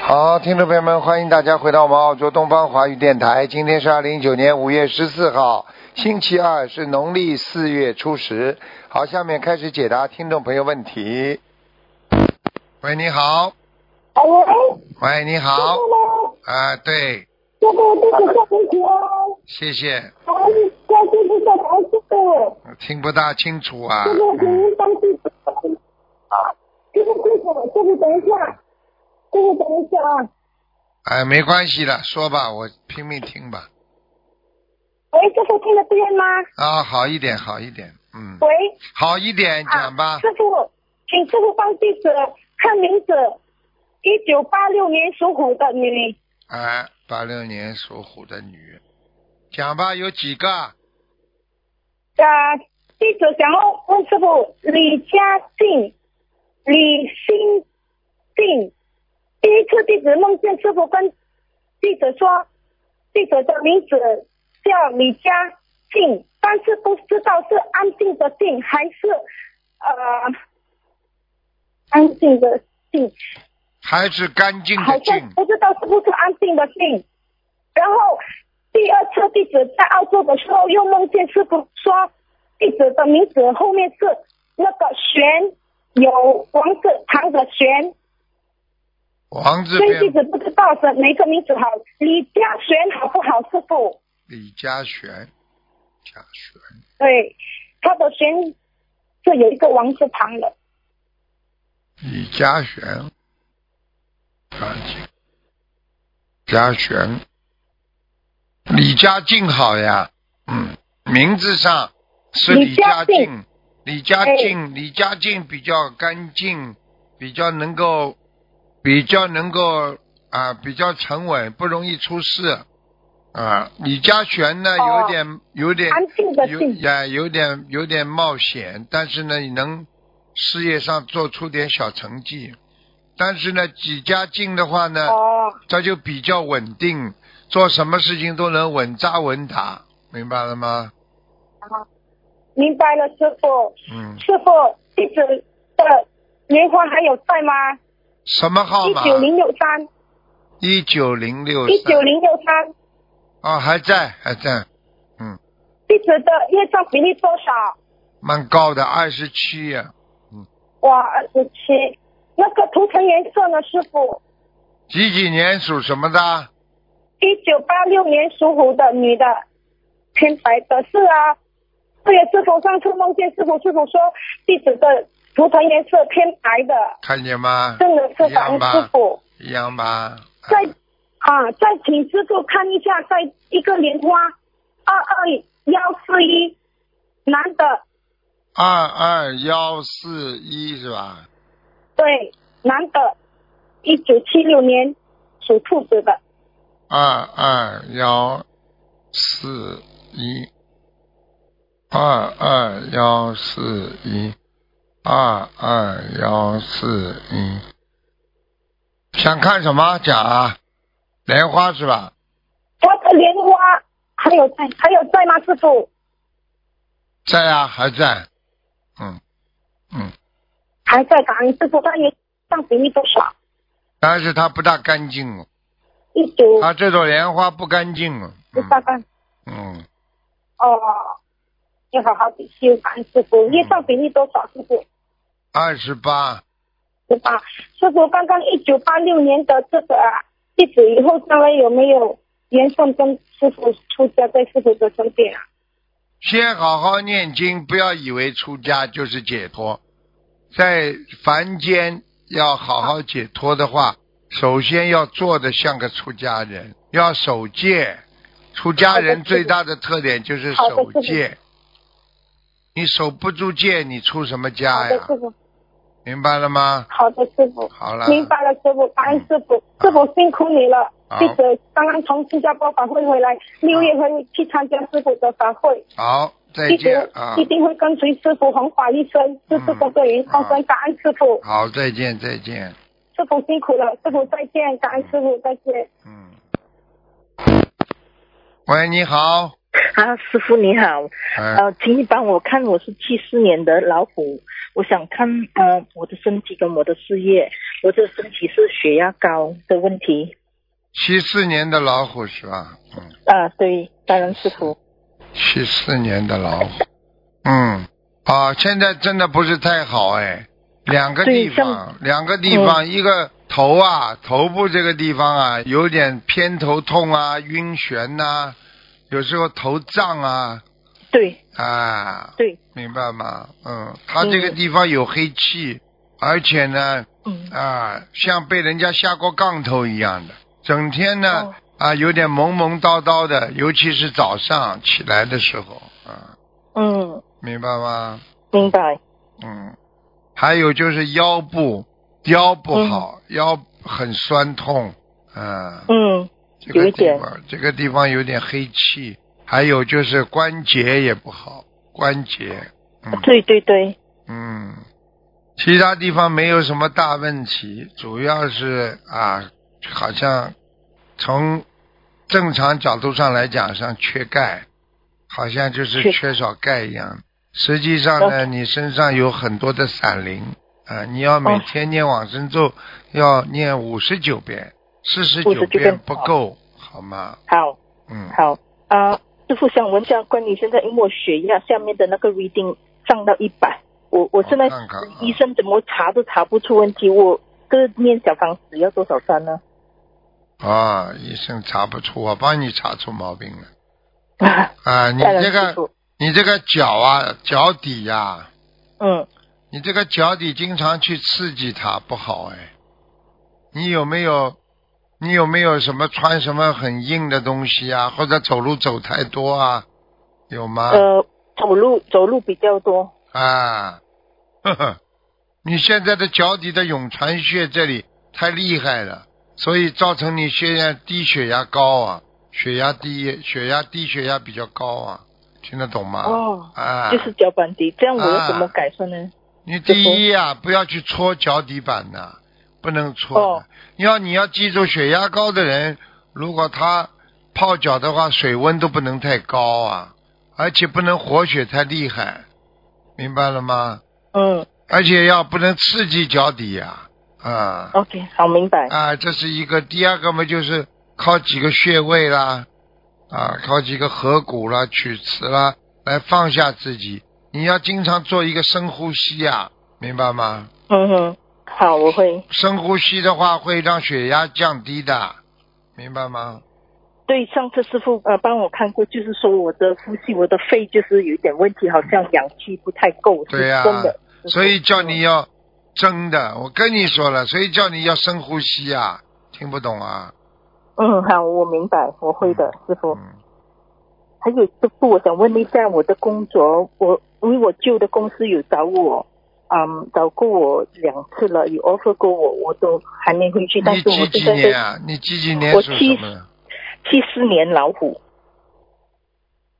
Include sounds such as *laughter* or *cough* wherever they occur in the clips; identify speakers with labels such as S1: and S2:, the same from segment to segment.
S1: 好，听众朋友们，欢迎大家回到我们澳洲东方华语电台。今天是二零一九年五月十四号，星期二，是农历四月初十。好，下面开始解答听众朋友问题。喂，你好。
S2: 哎喂，
S1: 喂，你好。
S2: 喽，
S1: 啊、对，
S2: 这个这个夏同学，
S1: 谢谢，
S2: 还是在这个在台这个
S1: 听不大清楚啊。
S2: 这个给人当地啊，这个贵妇，这个等一下，这个等一下啊，
S1: 哎，没关系的，说吧，我拼命听吧。
S2: 喂，师傅听得见吗？
S1: 啊，好一点，好一点，嗯，
S2: 喂，
S1: 好一点，
S2: 啊
S1: 讲吧。
S2: 师傅，请师傅帮弟子看名字，一九八六年属虎的女，
S1: 哎，八六年属虎的女，讲吧，有几个？
S2: 啊，弟子想要问师傅李佳静，李新静，第一次弟子梦见师傅跟弟子说，弟子的名字叫李佳静，但是不知道是安静的静还是呃安静的静，
S1: 还是干净
S2: 好
S1: 的
S2: 像
S1: 净
S2: 不知道是不是安静的静。然后第二次弟子在澳洲的时候，又梦见师傅说弟子的名字后面是那个玄，有王字旁的玄，
S1: 王字
S2: 所以弟
S1: 边
S2: 子不知道是哪个名字好，李家玄好不好，师傅？
S1: 李嘉璇，嘉璇，
S2: 对，他的玄是有一个王字旁的，
S1: 李嘉璇，干净，嘉璇，李嘉静好呀，嗯，名字上是李
S2: 李
S1: 嘉
S2: 嘉
S1: 静，李嘉
S2: 哎
S1: 静，李嘉静比较干净，比较能够，比较能够啊，比较沉稳，不容易出事。啊，李嘉璇呢，
S2: 哦
S1: 有点有点
S2: 安静的
S1: 有
S2: 静。
S1: 呀，有点有点冒险，但是呢，你能事业上做出点小成绩。但是呢，几家进的话呢，
S2: 哦，
S1: 他就比较稳定，做什么事情都能稳扎稳打，明白了吗？
S2: 明白了，师傅。
S1: 嗯，
S2: 师傅，弟子的莲花还有在吗？
S1: 什么号
S2: 一
S1: 码？
S2: 九零六三，
S1: 一九零六
S2: 一九零六三。
S1: 哦，还在还在，嗯，
S2: 弟子的业障比例多少？
S1: 蛮高的，二十七呀，
S2: 哇，二十七。那个图腾颜色呢，师傅？
S1: 几几年属什么的？
S2: 一九八六年属虎的女的，偏白的。是啊，对呀，师傅上次梦见师傅，师傅说弟子的图腾颜色偏白的，
S1: 看见吗？
S2: 真的是
S1: 一
S2: 感
S1: 样
S2: 恩
S1: 吧嗯
S2: 师傅。
S1: 一样吧。
S2: 再啊，再请师傅看一下，在一个莲花二二幺四一男的，
S1: 二二幺四一是吧？
S2: 对，男的，一九七六年属兔子的。
S1: 二二幺四一，二二幺四一，二二幺四一。想看什么讲啊？莲花是吧？
S2: 他的莲花还有在还有在吗，师傅？
S1: 在啊，还在。嗯嗯，
S2: 还在感恩师傅，他也上比例多少？
S1: 但是它不大干净哦，
S2: 一九
S1: 它这朵莲花不干净哦。
S2: 十八
S1: 嗯
S2: 干
S1: 嗯，
S2: 哦，要好好的修感恩师傅，业上比例多少？师傅
S1: 二十八。
S2: 十八。师傅刚刚一九八六年的这个啊，弟子以后将来有没有缘分跟师傅出家在师傅的身边啊？
S1: 先好好念经，不要以为出家就是解脱。在凡间要好好解脱的话，首先要做的像个出家人，要守戒。出家人最大的特点就是守戒。你守不住戒，你出什么
S2: 好
S1: 家
S2: 的，
S1: 哎呀？
S2: 师傅，
S1: 明白了吗？
S2: 好的，师傅。
S1: 好了，
S2: 明白了，师傅，感恩师傅，师傅辛苦你了
S1: 好。
S2: 弟子刚刚从新加坡法会回来，六月会去参加师傅的法会，
S1: 好，再
S2: 弟
S1: 见
S2: 子
S1: 啊
S2: 一！定会跟随师傅弘法一生，师父工作云上
S1: 啊
S2: 生，感恩师傅，
S1: 好，再见，再见。
S2: 师傅辛苦了，师傅再见，感恩师傅再见。
S1: 嗯。喂，你好。
S3: 啊，师傅你好，
S1: 哎、
S3: 呃，请你帮我看，我是七四年的老虎，我想看呃我的身体跟我的事业，我这身体是血压高的问题。
S1: 七四年的老虎是吧？嗯，
S3: 啊，对，感恩师傅。
S1: 七四年的老虎，嗯，啊，现在真的不是太好哎，两个地
S3: 对
S1: 方
S3: 像，嗯
S1: 两个地方，一个头啊，头部这个地方啊，有点偏头痛啊，晕眩呐、有时候头胀啊，
S3: 对
S1: 啊，
S3: 对，
S1: 明白吗？嗯，他这个地方有黑气，而且呢，
S3: 嗯
S1: 啊，像被人家下过杠头一样的，整天呢、
S3: 哦
S1: 啊有点懵懵叨叨的，尤其是早上起来的时候，啊，
S3: 嗯，
S1: 明白吗？
S3: 明白。
S1: 嗯，还有就是腰部，腰不好，腰很酸痛，啊，
S3: 嗯
S1: 这个
S3: 有一
S1: 地
S3: 点
S1: 方这个地方有点黑气，还有就是关节也不好，关节，嗯
S3: 对对对，
S1: 嗯，其他地方没有什么大问题，主要是啊，好像从正常角度上来讲，像缺钙，好像就是
S3: 缺
S1: 缺哦少钙一样。实际上呢，你身上有很多的散灵啊，你要每
S3: 哦
S1: 天念往生咒，要念五十九遍，四十九
S3: 59
S1: 遍
S3: 遍
S1: 不够，好吗？
S3: 好
S1: 嗯，
S3: 好啊，师傅想问一下，关于现在因为我血压下面的那个 reading 上到一百，我我现在
S1: 我看看啊
S3: 医生怎么查都查不出问题，我这念小房子要多少张呢？ *laughs*
S1: 啊，医生查不出，我帮你查出毛病了
S3: 啊，
S1: 啊，你
S3: 感恩
S1: 这
S3: 师
S1: 个。
S3: 傅。
S1: 你这个脚啊，脚底呀、
S3: 嗯，
S1: 你这个脚底经常去刺激它，不好哎。你有没有，你有没有什么穿什么很硬的东西啊，或者走路走太多啊？有吗？
S3: 呃，走路走路比较多。
S1: 啊， *laughs* 呵呵，你现在的脚底的涌泉穴这里太厉害了，所以造成你现在低血压高啊，血压低，血压低，血压比较高啊，听得懂吗？
S3: 哦
S1: 啊，
S3: 就是脚板底，这样我
S1: 啊
S3: 要怎么改善呢？
S1: 你第一呀、不要去搓脚底板呐、不能搓的。
S3: 哦
S1: 你要你要记住，血压高的人，如果他泡脚的话，水温都不能太高啊，而且不能活血太厉害，明白了吗？
S3: 嗯
S1: 而且要不能刺激脚底呀、啊，
S3: ，OK，好，明白
S1: 啊、。这是一个。第二个嘛，就是靠几个穴位啦，啊，靠几个合谷啦、曲池啦，来放下自己。你要经常做一个深呼吸呀、明白吗？
S3: 嗯哼，好，我会。
S1: 深呼吸的话会让血压降低的，明白吗？
S3: 对，上次师傅呃帮我看过，就是说我的呼吸，我的肺就是有一点问题，好像氧气不太够，
S1: 对呀、
S3: 是真的。
S1: 所以叫你要真的，我跟你说了，所以叫你要深呼吸啊，听不懂啊？
S3: 嗯，好，我明白，我会的，师傅。
S1: 嗯，
S3: 还有师傅，我想问一下我的工作，我因为我旧的公司有找我，嗯，找过我两次了，有 offer 过我，我都还没回去，但
S1: 你
S3: 是我
S1: 几
S3: 现
S1: 几
S3: 在
S1: 年
S3: 在
S1: 啊？你几几年
S3: 我
S1: 属
S3: 七
S1: 什么的？
S3: 七四年老虎。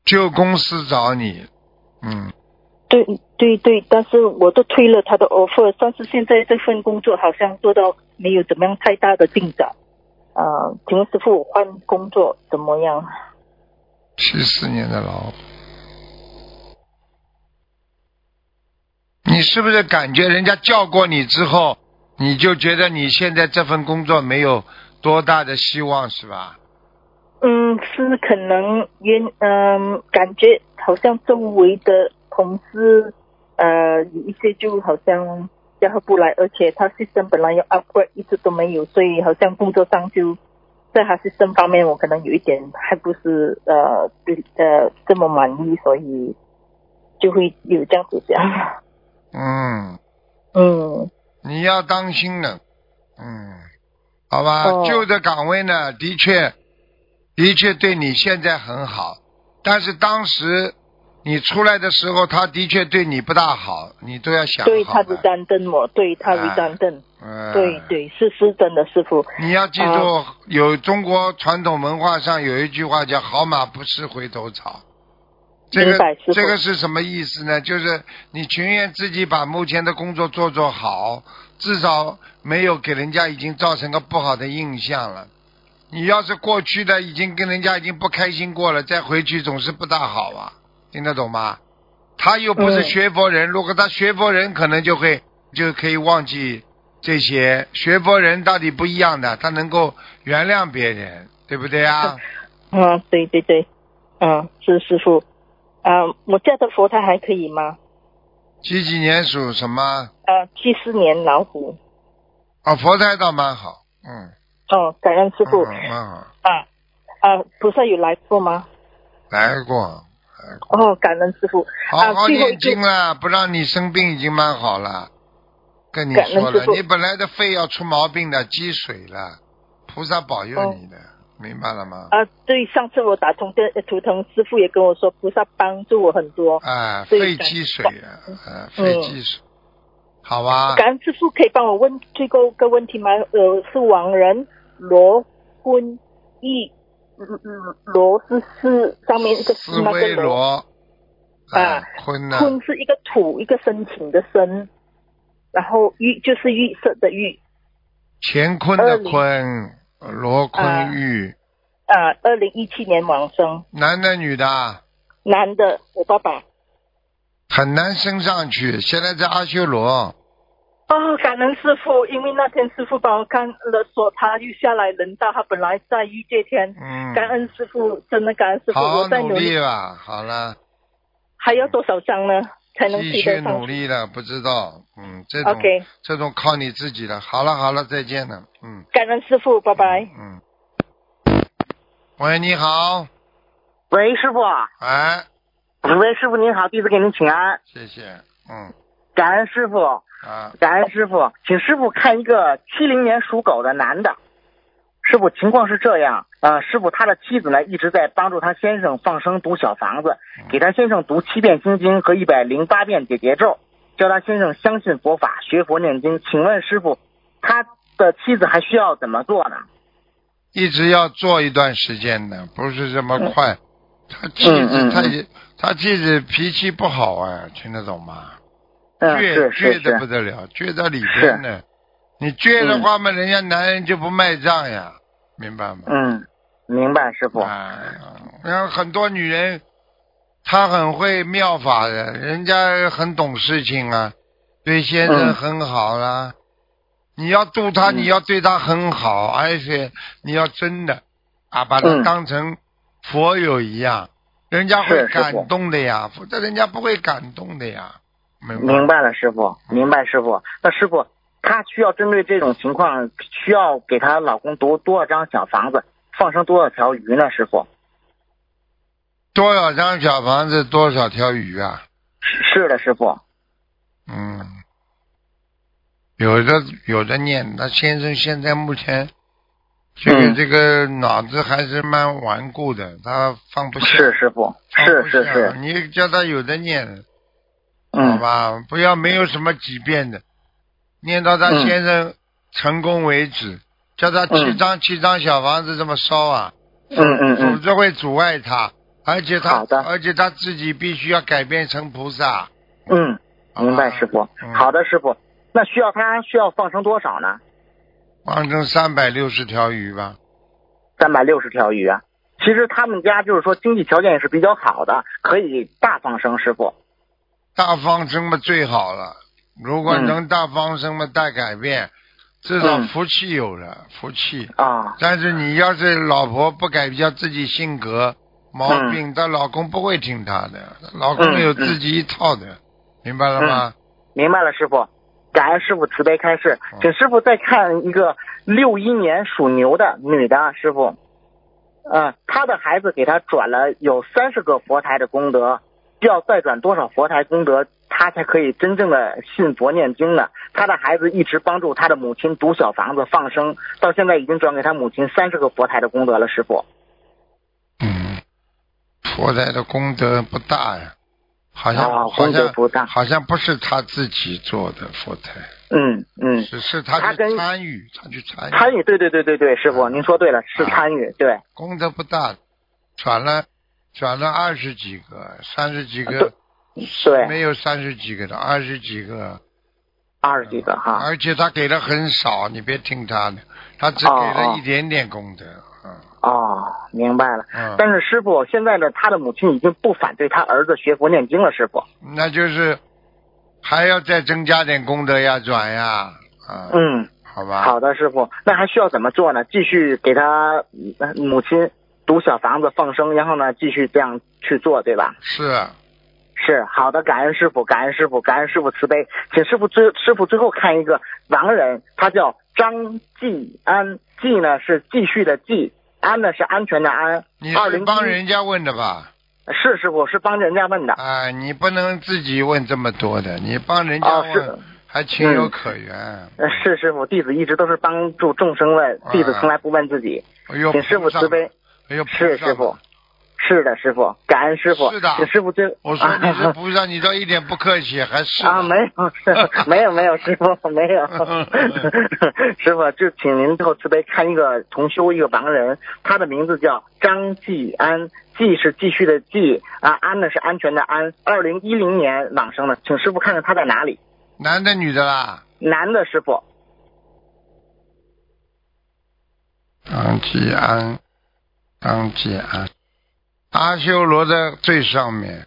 S1: 旧公司找你，嗯，
S3: 对对对，但是我都推了他的 offer，但是现在这份工作好像做到没有怎么样太大的进展。呃，请问师傅，我换工作怎么样？
S1: 七四年的老虎。你是不是感觉人家叫过你之后，你就觉得你现在这份工作没有多大的希望是吧？
S3: 嗯，是可能原嗯、感觉好像周围的同事呃有一些就好像调合不来，而且他 system 本来要 upgrade 一直都没有，所以好像工作上就在他 system 方面我可能有一点还不是呃对呃这么满意，所以就会有这样子想。
S1: 嗯，
S3: *laughs* 嗯
S1: 你要当心了。嗯，好吧，
S3: 哦
S1: 旧的岗位呢，的确，的确对你现在很好，但是当时你出来的时候，他的确对你不大好，你都要想好
S3: 对
S1: 了。
S3: 他不担凳我，对他
S1: 啊
S3: 不担凳，
S1: 嗯，
S3: 对。对是是真的，师傅。
S1: 你要记
S3: 哦
S1: 住，有中国传统文化上有一句话叫“好马不吃回头草”，这
S3: 明白
S1: 个
S3: 师傅
S1: 这个是什么意思呢？就是你情愿自己把目前的工作做做好，至少没有给人家已经造成个不好的印象了。你要是过去的已经跟人家已经不开心过了，再回去总是不大好啊，听得懂吗？他又不是
S3: 嗯
S1: 学佛人，如果他学佛人，可能就会就可以忘记这些学佛人到底不一样的，他能够原谅别人，对不对啊？
S3: 嗯，对对对，嗯，是师傅。啊、我家的佛台还可以吗？
S1: 几几年属什么？
S3: 呃，七四年老虎。
S1: 啊，佛台倒蛮好，嗯，
S3: 哦，感恩师傅。
S1: 嗯嗯蛮好，
S3: 啊啊，菩萨有来过吗？
S1: 来过，
S3: 哦，感恩师傅。啊
S1: 好好
S3: 最后一
S1: 念
S3: 句
S1: 经啦，不让你生病已经蛮好了。跟你
S3: 感恩
S1: 说
S3: 师
S1: 了，
S3: 父
S1: 你本来的肺要出毛病的，积水了，菩萨保佑你
S3: 哦
S1: 的，明白了吗？
S3: 啊，对，上次我打通电呃图腾，师傅也跟我说，菩萨帮助我很多。
S1: 啊，
S3: 对
S1: 肺
S3: 感
S1: 积水
S3: 感
S1: 啊，啊，肺积水，好吧？
S3: 感恩师傅可以帮我问最后一个问题吗？呃，是王仁罗坤义，嗯嗯，罗是是上面一个
S1: 斯
S3: 那
S1: 威
S3: 个罗，
S1: 罗，哎
S3: 啊
S1: 坤呢？
S3: 坤是一个土，一个申请的申，然后玉就是玉色的玉。
S1: 乾坤的坤，罗坤玉，
S3: 啊，二零一七年往生，
S1: 男的女的啊，
S3: 男的，我爸爸。
S1: 很难升上去，现在在阿修罗。
S3: 哦，感恩师傅，因为那天师傅帮我看了说他又下来人道，他本来在玉界天。
S1: 嗯，
S3: 感恩师傅，真的感恩师傅，
S1: 好好
S3: 我在
S1: 努
S3: 努力，
S1: 力吧，好了，
S3: 还要多少张呢才能
S1: 继
S3: 提
S1: 续
S3: 得
S1: 努
S3: 上
S1: 力了，不知道，嗯，这种
S3: ？OK，
S1: 这种靠你自己了。好了好了，再见了，嗯，
S3: 感恩师傅，拜拜。
S1: 嗯。喂，你好，
S4: 喂，师傅，
S1: 哎，
S4: 喂，师傅您好，弟子给您请安，
S1: 谢谢，嗯
S4: 感恩师傅，
S1: 啊，
S4: 感恩师傅，请师傅看一个七零年属狗的男的，师傅情况是这样，呃，师傅他的妻子呢一直在帮助他先生放生读小房子，
S1: 嗯
S4: 给他先生读七遍心经和一百零八遍解结咒，叫他先生相信佛法，学佛念经。请问师傅，他的妻子还需要怎么做呢？
S1: 一直要做一段时间的，不是这么快。他妻
S4: 嗯
S1: 子，
S4: 嗯
S1: 他也，他妻子脾气不好啊，听得懂吗？
S4: 嗯，
S1: 倔
S4: 是是
S1: 倔的不
S4: 是，嗯
S1: 得了，倔到里边呢。你倔的话嘛，人家男人就不卖账呀，明白吗？
S4: 嗯，明白师傅，
S1: 啊，然后很多女人，她很会妙法的，人家很懂事情啊，对先生
S4: 嗯
S1: 很好啦、你要度她，
S4: 嗯
S1: 你要对她很好，而且你要真的啊，把她
S4: 嗯
S1: 当成佛友一样，人家会
S4: 是师傅
S1: 感动的呀，否则人家不会感动的呀，明白吗？
S4: 明白了，师傅，明白师傅。那师傅，她需要针对这种情况，需要给她老公读多少张小房子，放生多少条鱼呢？师傅，
S1: 多少张小房子，多少条鱼啊？
S4: 是是的，师傅。
S1: 嗯，有的有的念，他先生现在目前这个、
S4: 嗯
S1: 这个脑子还是蛮顽固的，他放不下，
S4: 是师傅，
S1: 放
S4: 是
S1: 不啊
S4: 是
S1: 下
S4: 是，
S1: 你叫他有的念，好
S4: 嗯，
S1: 吧，不要没有什么几遍的，念到他
S4: 嗯
S1: 先生成功为止，叫他七
S4: 嗯
S1: 张、七张小房子这么烧啊，
S4: 嗯嗯
S1: 否
S4: 嗯，
S1: 则会阻碍他，而且他
S4: 好的
S1: 而且他自己必须要改变成菩萨，
S4: 嗯，
S1: 好吧
S4: 明白师傅
S1: 嗯。
S4: 好的，师傅。那需要她需要放生多少呢？
S1: 放成三百六十条鱼吧。
S4: 三百六十条鱼啊。其实他们家就是说经济条件也是比较好的，可以大放生，师傅。
S1: 大放生嘛最好了。如果
S4: 嗯
S1: 能大放生嘛，大改变，至少
S4: 嗯
S1: 福气有了，福气。
S4: 啊，
S1: 但是你要是老婆不改掉自己性格毛病，她、老公不会听她的，老公
S4: 嗯
S1: 有自己一套的，明白了吗？
S4: 明白了，师傅，感恩师傅慈悲开示
S1: 嗯，
S4: 请师傅再看一个六一年属牛的女的啊师傅，嗯、她的孩子给她转了有三十个佛台的功德，需要再转多少佛台功德，她才可以真正的信佛念经呢？她的孩子一直帮助她的母亲读小房子放生，到现在已经转给她母亲三十个佛台的功德了，师傅。
S1: 嗯，佛台的功德不大呀，好像、
S4: 啊
S1: 好
S4: 功德
S1: 像
S4: 不大
S1: 好像不是他自己做的佛台，
S4: 嗯嗯，
S1: 只是他
S4: 他
S1: 去
S4: 跟
S1: 参与，他去参与，
S4: 参与，对对对对对，师傅您说对了，是
S1: 啊
S4: 参与，对。
S1: 功德不大，转了转了二十几个，三十几个
S4: 对，啊对，啊
S1: 没有三十几个的，二十几个，
S4: 二十几个哈。
S1: 而且他给的很少，你别听他的，他只给
S4: 哦
S1: 了
S4: 哦
S1: 一点点功德，嗯
S4: 哦，明白了。
S1: 嗯，
S4: 但是师傅，现在呢，他的母亲已经不反对他儿子学佛念经了，师傅。
S1: 那就是还要再增加点功德呀，转呀，啊，
S4: 嗯，
S1: 好吧，
S4: 好的，师傅，那还需要怎么做呢？继续给他嗯母亲读小房子放生，然后呢，继续这样去做，对吧？
S1: 是啊
S4: 是好的，感恩师傅，感恩师傅，感恩师傅慈悲，请师傅最师傅最后看一个亡人，他叫张继安，继呢是继续的继，安呢是安全的安。
S1: 你
S4: 二
S1: 是
S4: 零
S1: 帮人家问的吧？
S4: 是师傅是帮人家问的
S1: 啊，你不能自己问这么多的，你帮人家
S4: 哦是
S1: 问
S4: 的
S1: 还情有可原。
S4: 呃是师傅，弟子一直都是帮助众生问，
S1: 啊
S4: 弟子从来不问自己，
S1: 哎呦，
S4: 嗯请师傅
S1: 菩萨
S4: 慈悲。
S1: 哎呦，
S4: 是
S1: 菩萨
S4: 师傅，是的师傅，感恩师傅，
S1: 是的
S4: 请师傅最
S1: 我说你是
S4: 啊
S1: 菩萨，你倒一点不客气，还是
S4: 啊，没有，是 *laughs* 没有没有，师傅没
S1: *laughs*
S4: 有，师傅就请您最后慈悲看一个同修一个盲人，他的名字叫张继安，继是继续的继啊，安呢是安全的安，二零一零年往生的，请师傅看看他在哪里，
S1: 男的女的啦？
S4: 男的师傅，
S1: 张继安，张继安，阿修罗的最上面，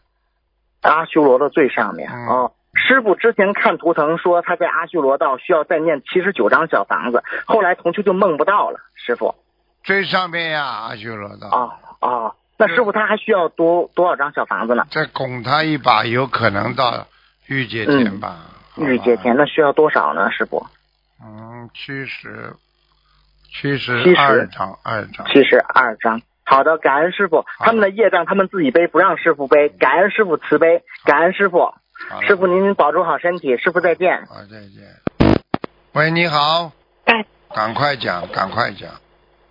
S4: 阿修罗的最上面
S1: 嗯
S4: 哦。师傅之前看图腾说他在阿修罗道需要再念七十九张小房子，后来同修就梦不到了，师傅。
S1: 最上面呀，阿修罗的，
S4: 哦哦，那师傅他还需要多多少张小房子呢？
S1: 再拱他一把，有可能到御姐前吧。好吧
S4: 嗯御姐前，那需要多少呢？师傅，
S1: 嗯，七十，七十
S4: 七十
S1: 二张，二张。
S4: 七十二张。好的，感恩师傅，
S1: 好
S4: 他们的业障他们自己背，不让师傅背。感恩师傅慈悲，感恩师傅，
S1: 好了
S4: 师傅您保重好身体，师傅再见。
S1: 好，再见。喂，你好。
S5: 哎。
S1: 赶快讲，赶快讲。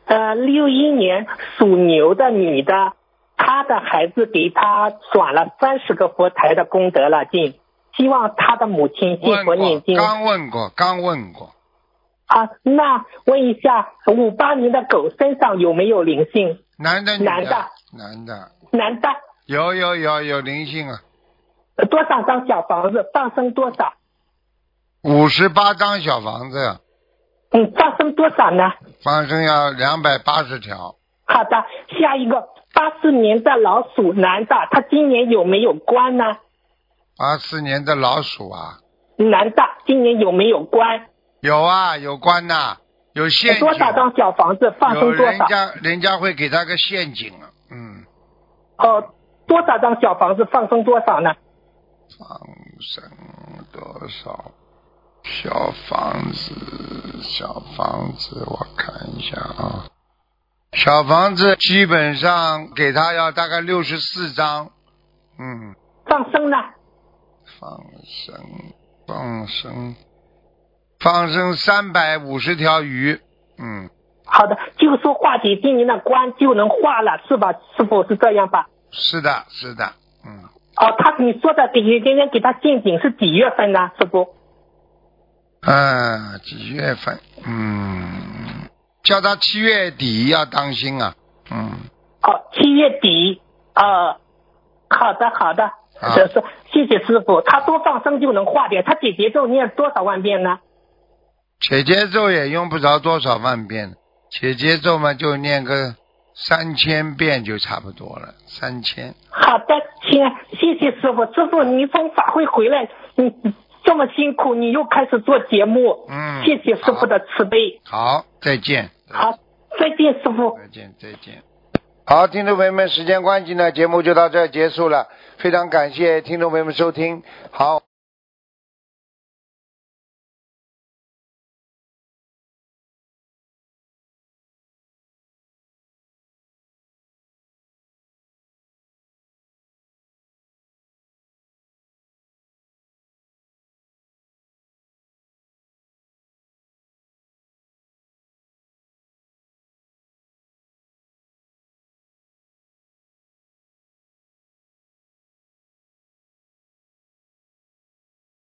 S5: 呃，六一年属牛的女的，她的孩子给她转了三十个佛台的功德了进，希望她的母亲信
S1: 问
S5: 佛念
S1: 过，
S5: 经
S1: 刚问过，刚问过。
S5: 啊。那问一下，五八年的狗身上有没有灵性？
S1: 男的，女
S5: 男的
S1: 男的，
S5: 男的
S1: 有有有有灵性啊，
S5: 呃多少张小房子放生多少？
S1: 五十八张小房子，
S5: 嗯，放生多少呢？
S1: 放生要两百八十条，
S5: 好的，下一个八四年的老鼠男的，他今年有没有关呢？
S1: 八四年的老鼠啊，
S5: 男的今年有没有关？
S1: 有啊，有关呐、有陷阱，
S5: 多少张小房子放
S1: 有
S5: 生多
S1: 人
S5: 少？
S1: 家人家会给他个陷阱啊，嗯，
S5: 哦，多少张小房子放生多少呢？
S1: 放生多少小房子？小房子，我看一下啊，小房子基本上给他要大概六十四张，嗯。
S5: 放生呢？
S1: 放生，放生，放生三百五十条鱼。嗯，
S5: 好的，就是说化解今年的关就能化了，是吧？是否是这样吧？
S1: 是的，是的，嗯，
S5: 哦，他你说的给人家给他进警是几月份呢？师傅？
S1: 啊，几月份？嗯，叫他七月底要当心啊。嗯，
S5: 哦，七月底。呃，好的好的，
S1: 啊
S5: 这是谢谢师傅，他多放生就能化解。他姐姐咒念多少万遍呢？
S1: 姐姐咒也用不着多少万遍，姐姐咒嘛就念个三千遍就差不多了，三千。
S5: 好的，亲，谢谢师傅。师傅，你从法会回来，你这么辛苦，你又开始做节目，
S1: 嗯
S5: 谢谢师傅的慈悲。
S1: 好，再见。
S5: 好，再见，师傅。
S1: 再见，再见。好，听众朋友们，时间关系呢，节目就到这儿结束了。非常感谢听众朋友们收听，好。